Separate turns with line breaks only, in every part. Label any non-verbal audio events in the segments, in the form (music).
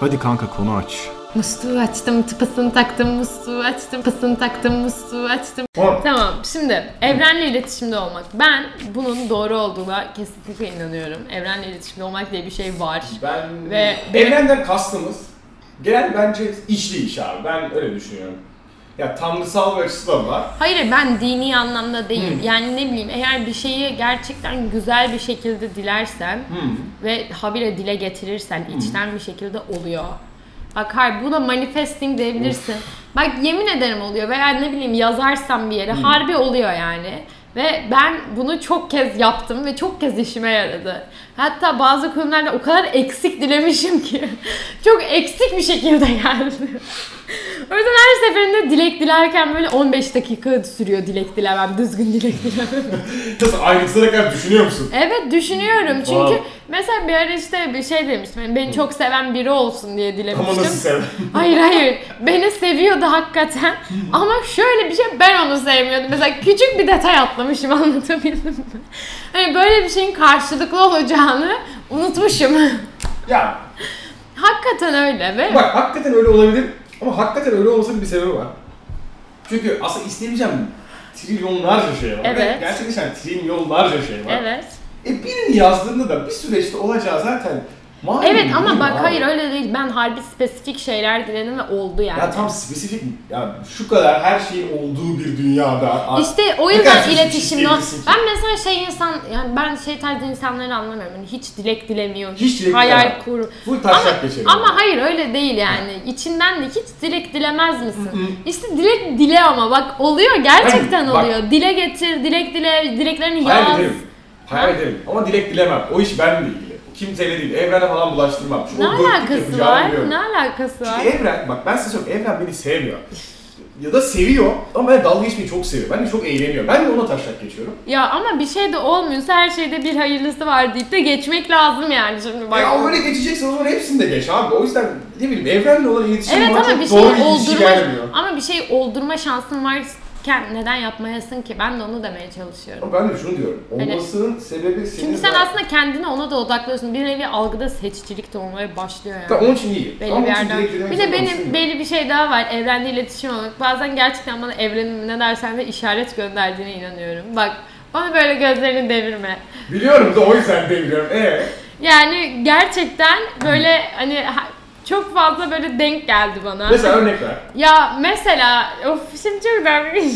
Hadi kanka konu aç.
Musluğu açtım, tıpasını taktım, musluğu açtım, tıpasını taktım, musluğu açtım.
Hop.
Tamam, şimdi evrenle iletişimde olmak. Ben bunun doğru olduğuna kesinlikle inanıyorum. Evrenle iletişimde olmak diye bir şey var.
Ben
Ve-
evrenden kastımız genel bence içli iş abi. Ben öyle düşünüyorum. Ya tanrısal bir açısı da var.
Hayır ben dini anlamda değil. Yani ne bileyim eğer bir şeyi gerçekten güzel bir şekilde dilersen ve habire dile getirirsen içten bir şekilde oluyor. Bak hayır buna manifesting diyebilirsin. Bak yemin ederim oluyor veya ne bileyim yazarsam bir yere harbi oluyor yani. Ve ben bunu çok kez yaptım ve çok kez işime yaradı. Hatta bazı konularda o kadar eksik dilemişim ki (laughs) çok eksik bir şekilde geldi. (laughs) O yüzden her seferinde dilek dilerken böyle 15 dakika sürüyor dilek dilemem, düzgün dilek dilemem. (laughs)
Sen ayrıntısına kadar düşünüyor musun?
evet düşünüyorum çünkü
Wow.
mesela bir ara işte bir şey demiştim. hani beni çok seven biri olsun diye
Ama
dilemiştim.
nasıl sever?
Hayır hayır. Beni seviyordu hakikaten.
Hmm.
Ama şöyle bir şey ben onu sevmiyordum. Mesela küçük bir detay atlamışım (laughs) anlatabildim mi? Hani böyle bir şeyin karşılıklı olacağını unutmuşum. (laughs)
ya
hakikaten öyle ve
bak hakikaten öyle olabilir ama hakikaten öyle olmasının bir sebebi var. Çünkü aslında istemeyeceğim trilyonlarca şey var.
Evet.
Ve Gerçekten trilyonlarca şey var.
evet.
E birini yazdığında da bir süreçte olacağı zaten malum
Evet ama
değil
bak
abi.
hayır öyle değil. Ben harbi spesifik şeyler diledim ve oldu yani.
Ya tam spesifik ya şu kadar her şey olduğu bir dünyada. abi.
İşte o
Ne
yüzden
kadar
iletişim
spesifik
yok.
diyebilirsin ki?
Ben mesela şey insan yani ben şey tarzı insanları anlamıyorum. Yani hiç dilek dilemiyor.
Hiç dilek
hayal
dilemem.
kur.
Full taşak geçelim.
Ama hayır öyle değil yani. İçinden de hiç dilek dilemez misin? işte dilek dile ama bak oluyor gerçekten
Hayır, bak.
oluyor. Dile getir, dilek dile, dileklerini yaz.
Hayal ederim. Hayal ederim. Ama dilek dilemem. O iş benimle ilgili. Kimseyle değil. Evrene falan bulaştırmam. Çünkü
Ne
o dörtlük
alakası
yapacağını
var?
biliyorum.
Ne alakası var?
Çünkü evren, bak ben size söyleyeyim. Evren beni sevmiyor. ya da seviyor ama ben dalga geçmeyi çok seviyor. Ben de çok eğleniyor. Ben de ona taşak geçiyorum.
Ya ama bir şey de olmuyorsa her şeyde bir hayırlısı var deyip de geçmek lazım yani şimdi bak.
Ya öyle geçeceksen o zaman hepsini de geç abi. O yüzden ne bileyim evrenle olan iletişim
Evet
bana
ama
çok
bir şey
doğru bir ilişki
oldurma
gelmiyor.
ama bir şey oldurma şansın varken neden yapmayasın ki? Ben de onu demeye çalışıyorum.
Ama ben de şunu diyorum.
Hani-
Olmasının sebebi senin...
Çünkü sen
zaten-
aslında kendini ona da odaklıyorsun. Bir nevi algıda seçicilik de olmaya başlıyor yani.
Tamam, onun için iyi.
belli
Ama
bir
onun için
yerden.
direkt direkt
Bir de
zaten
benim
konuşulmuyor.
belli bir şey daha var. Evrende iletişim olmak. Bazen gerçekten bana evrenin ne dersen de işaret gönderdiğine inanıyorum. Bak bana böyle gözlerini devirme.
Biliyorum da o yüzden demiyorum. Ee,
Yani gerçekten böyle hani ha- çok fazla böyle denk geldi bana.
mesela örnek ver.
Ya mesela of şimdi çok dermiş. (laughs)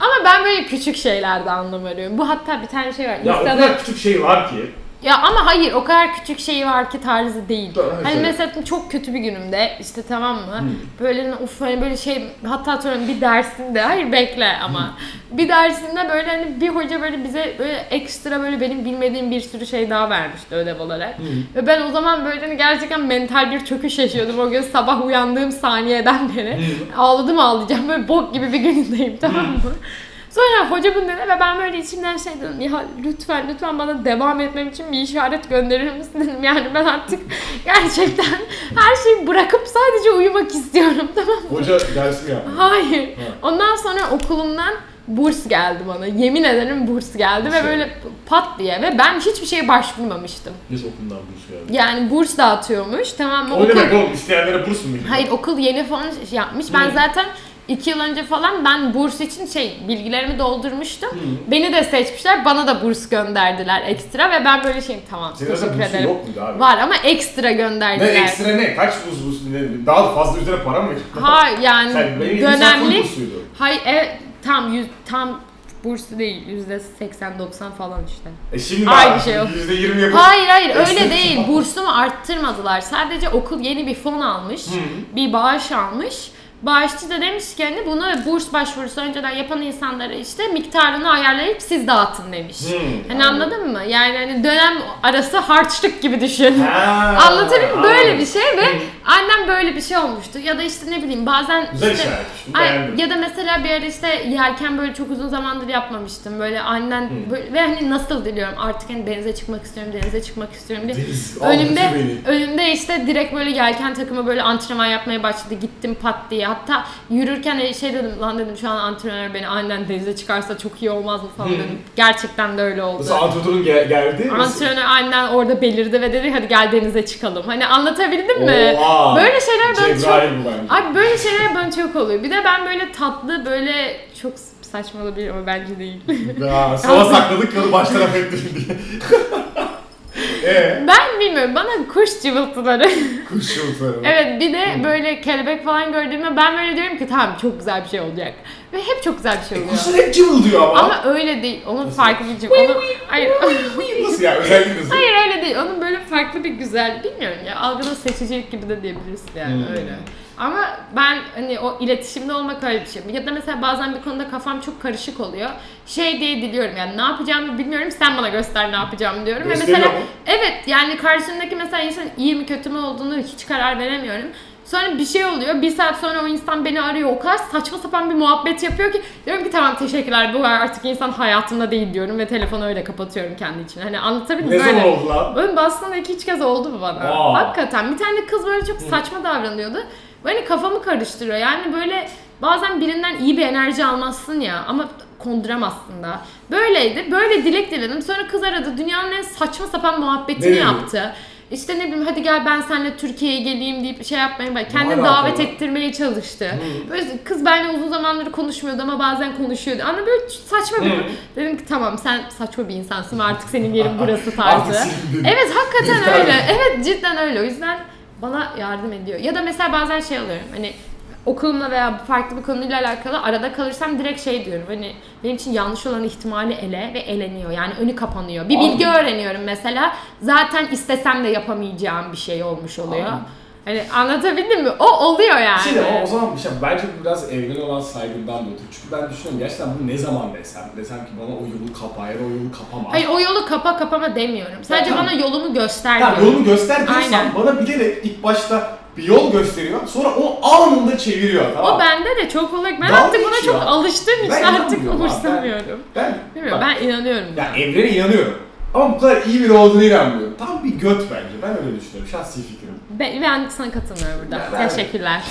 Ama ben böyle küçük şeylerde anlam arıyorum. Bu hatta bir tane şey var.
Ya o
İnsanın-
kadar küçük şey var ki.
Ya ama hayır o kadar küçük şeyi var ki tarzı değil.
Doğru,
hani
evet.
mesela çok kötü bir günümde işte tamam mı? Böyle uf hani böyle şey hatta atıyorum bir dersinde hayır bekle ama. bir dersinde böyle hani bir hoca böyle bize böyle ekstra böyle benim bilmediğim bir sürü şey daha vermişti ödev olarak. Ve ben o zaman böyle hani gerçekten mental bir çöküş yaşıyordum o gün sabah uyandığım saniyeden beri. Ağladım ağlayacağım böyle bok gibi bir günündeyim tamam mı? Sonra hoca bunu dedi ve ben böyle içimden şey dedim ya lütfen lütfen bana devam etmem için bir işaret gönderir misin dedim. Yani ben artık gerçekten her şeyi bırakıp sadece uyumak istiyorum tamam mı?
Hoca dersini yaptı.
Hayır. Ondan sonra okulumdan burs geldi bana. Yemin ederim burs geldi ve
Şey.
böyle pat diye ve ben hiçbir şeye başvurmamıştım.
Biz okuldan burs geldi.
Yani burs dağıtıyormuş tamam mı?
O ne
Okul-
demek oğlum? İsteyenlere burs mu veriyor?
Hayır okul yeni falan şey yapmış. Ben
Hmm.
zaten iki yıl önce falan ben burs için şey bilgilerimi doldurmuştum.
Hmm.
Beni de seçmişler. Bana da burs gönderdiler ekstra ve ben böyle şeyim tamam
Senin aslında
teşekkür
bursun
ederim.
yok muydu abi?
Var ama ekstra
Ne
gönderdiler.
ekstra ne? Kaç burs burs ne? Daha da fazla üzerine para mı?
Hayır yani
Sen benim
dönemli.
dönemli... bursuydu.
Hayır evet, tam yüz, tam bursu değil yüzde 80-90 falan işte.
E şimdi
Aynı
ben
şey yok.
%20 yapıp...
Hayır hayır öyle
Destek
değil.
falan.
Bursumu arttırmadılar. Sadece okul yeni bir fon almış.
hı.
Bir bağış almış. Bağışçı da demiş ki hani bunu burs başvurusu önceden yapan insanlara işte miktarını ayarlayıp siz dağıtın demiş.
Hı,
hani anladın mı? Yani hani dönem arası harçlık gibi düşün.
Ha,
Anlatabiliyor muyum? Böyle
anladım.
bir şey ve annem böyle bir şey olmuştu. Ya da işte ne bileyim bazen
Güzel
işte,
işaretmiş, bunu
Ay,
beğendim.
ya da mesela bir ara işte yelken böyle çok uzun zamandır yapmamıştım. Böyle annen böyle- ve hani nasıl diliyorum artık hani denize çıkmak istiyorum, denize çıkmak istiyorum diye.
Deniz, al
Önümde,
götür beni.
önümde işte direkt böyle yelken takımı böyle antrenman yapmaya başladı. Gittim pat diye Hatta yürürken e, şey dedim lan dedim şu an antrenör beni aniden denize çıkarsa çok iyi olmaz mı falan
Hı.
dedim. Gerçekten de öyle oldu.
Mesela Antudur'un gel- geldi.
Antrenör aniden orada belirdi ve dedi hadi gel denize çıkalım. Hani anlatabildim mi?
Oha!
Böyle şeyler bana çok
Cebrail Şey, bu bence.
Abi böyle şeyler bana çok oluyor. Bir de ben böyle tatlı böyle çok saçma olabilir ama bence değil. (laughs)
Ya, sola sakladık yolu baş taraf ettim (laughs) diye. Eee?
ben bilmiyorum bana kuş cıvıltıları.
Ee,
(laughs)
Kuş yumurtları.
evet bir de böyle kelebek falan gördüğümde ben böyle diyorum ki tamam çok güzel bir şey olacak. Ve hep çok güzel bir şey
E, (laughs)
oluyor.
kuşlar hep cıvıldıyor ama.
Ama öyle değil. Onun
Nasıl?
farklı bir cıvı. Onun... Hayır.
Nasıl ya? Özellikle nasıl?
Hayır öyle değil. Onun böyle farklı bir güzel, bilmiyorum ya algıda seçicilik gibi de diyebilirsin yani
Hmm.
öyle. Ama ben hani o iletişimde olmak öyle bir şey. Ya da mesela bazen bir konuda kafam çok karışık oluyor. Şey diye diliyorum yani ne yapacağımı bilmiyorum sen bana göster ne yapacağımı diyorum. Ve
Gösteriyor
mesela
mu?
evet yani karşımdaki mesela insanın iyi mi kötü mü olduğunu hiç karar veremiyorum. Sonra bir şey oluyor. Bir saat sonra o insan beni arıyor. O kadar saçma sapan bir muhabbet yapıyor ki diyorum ki tamam teşekkürler bu artık insan hayatımda değil diyorum ve telefonu öyle kapatıyorum kendi içime. Hani anlatabildim mi?
Ne zaman
Böyle.
oldu lan?
Böyle Boston'da iki üç kez oldu bu bana.
Aa.
Hakikaten bir tane kız böyle çok saçma davranıyordu. Böyle kafamı karıştırıyor. Yani böyle bazen birinden iyi bir enerji almazsın ya ama konduramazsın da. Böyleydi. Böyle dilek diledim. Sonra kız aradı. Dünyanın en saçma sapan muhabbetini
Ne dedi?
yaptı. İşte ne bileyim hadi gel ben seninle Türkiye'ye geleyim deyip şey yapmayın. Böyle kendini
alaka
davet
lan?
ettirmeye çalıştı. Böyle kız benimle uzun zamandır konuşmuyordu ama bazen konuşuyordu. Anne böyle saçma bir...
Hı.
Dedim ki tamam sen saçma bir insansın ve artık senin yerin burası tarzı.
Artık silindi.
Evet hakikaten
Lütfen.
öyle. Evet cidden öyle. O yüzden bana yardım ediyor. Ya da mesela bazen şey alıyorum hani okulumla veya farklı bir konuyla alakalı arada kalırsam direkt şey diyorum hani benim için yanlış olan ihtimali ele ve eleniyor yani önü kapanıyor. Bir bilgi öğreniyorum mesela zaten istesem de yapamayacağım bir şey olmuş oluyor.
Anladım.
Hani anlatabildim mi? O oluyor yani.
Şimdi ama o zaman bir şey, bence bu biraz evrene olan saygımdan dolayı. Çünkü ben düşünüyorum gerçekten bunu ne zaman desem, desem ki bana o yolu kapa ya da o yolu kapama.
Hayır o yolu kapa kapama demiyorum. Sadece
Tamam.
bana yolumu göster
Ha,
diyorum.
yolumu göster diyorsan
Aynen.
bana bilerek ilk başta bir yol gösteriyor, sonra o anında çeviriyor tamam
O
mı?
bende de çok olarak ben
Dalga
artık buna
geçiyor.
çok alıştığım için
Ben
artık
inanmıyorum abi, ben-
umursamıyorum.
Ben,
Bilmiyorum
bak,
ben inanıyorum.
Ya evrene inanıyorum. Ama bu kadar iyi biri olduğunu inanmıyorum. Tam bir göt bence. Ben öyle düşünüyorum. Şahsi fikrim.
Ben, ben sana katılmıyorum burada.
Ya ben-
Teşekkürler.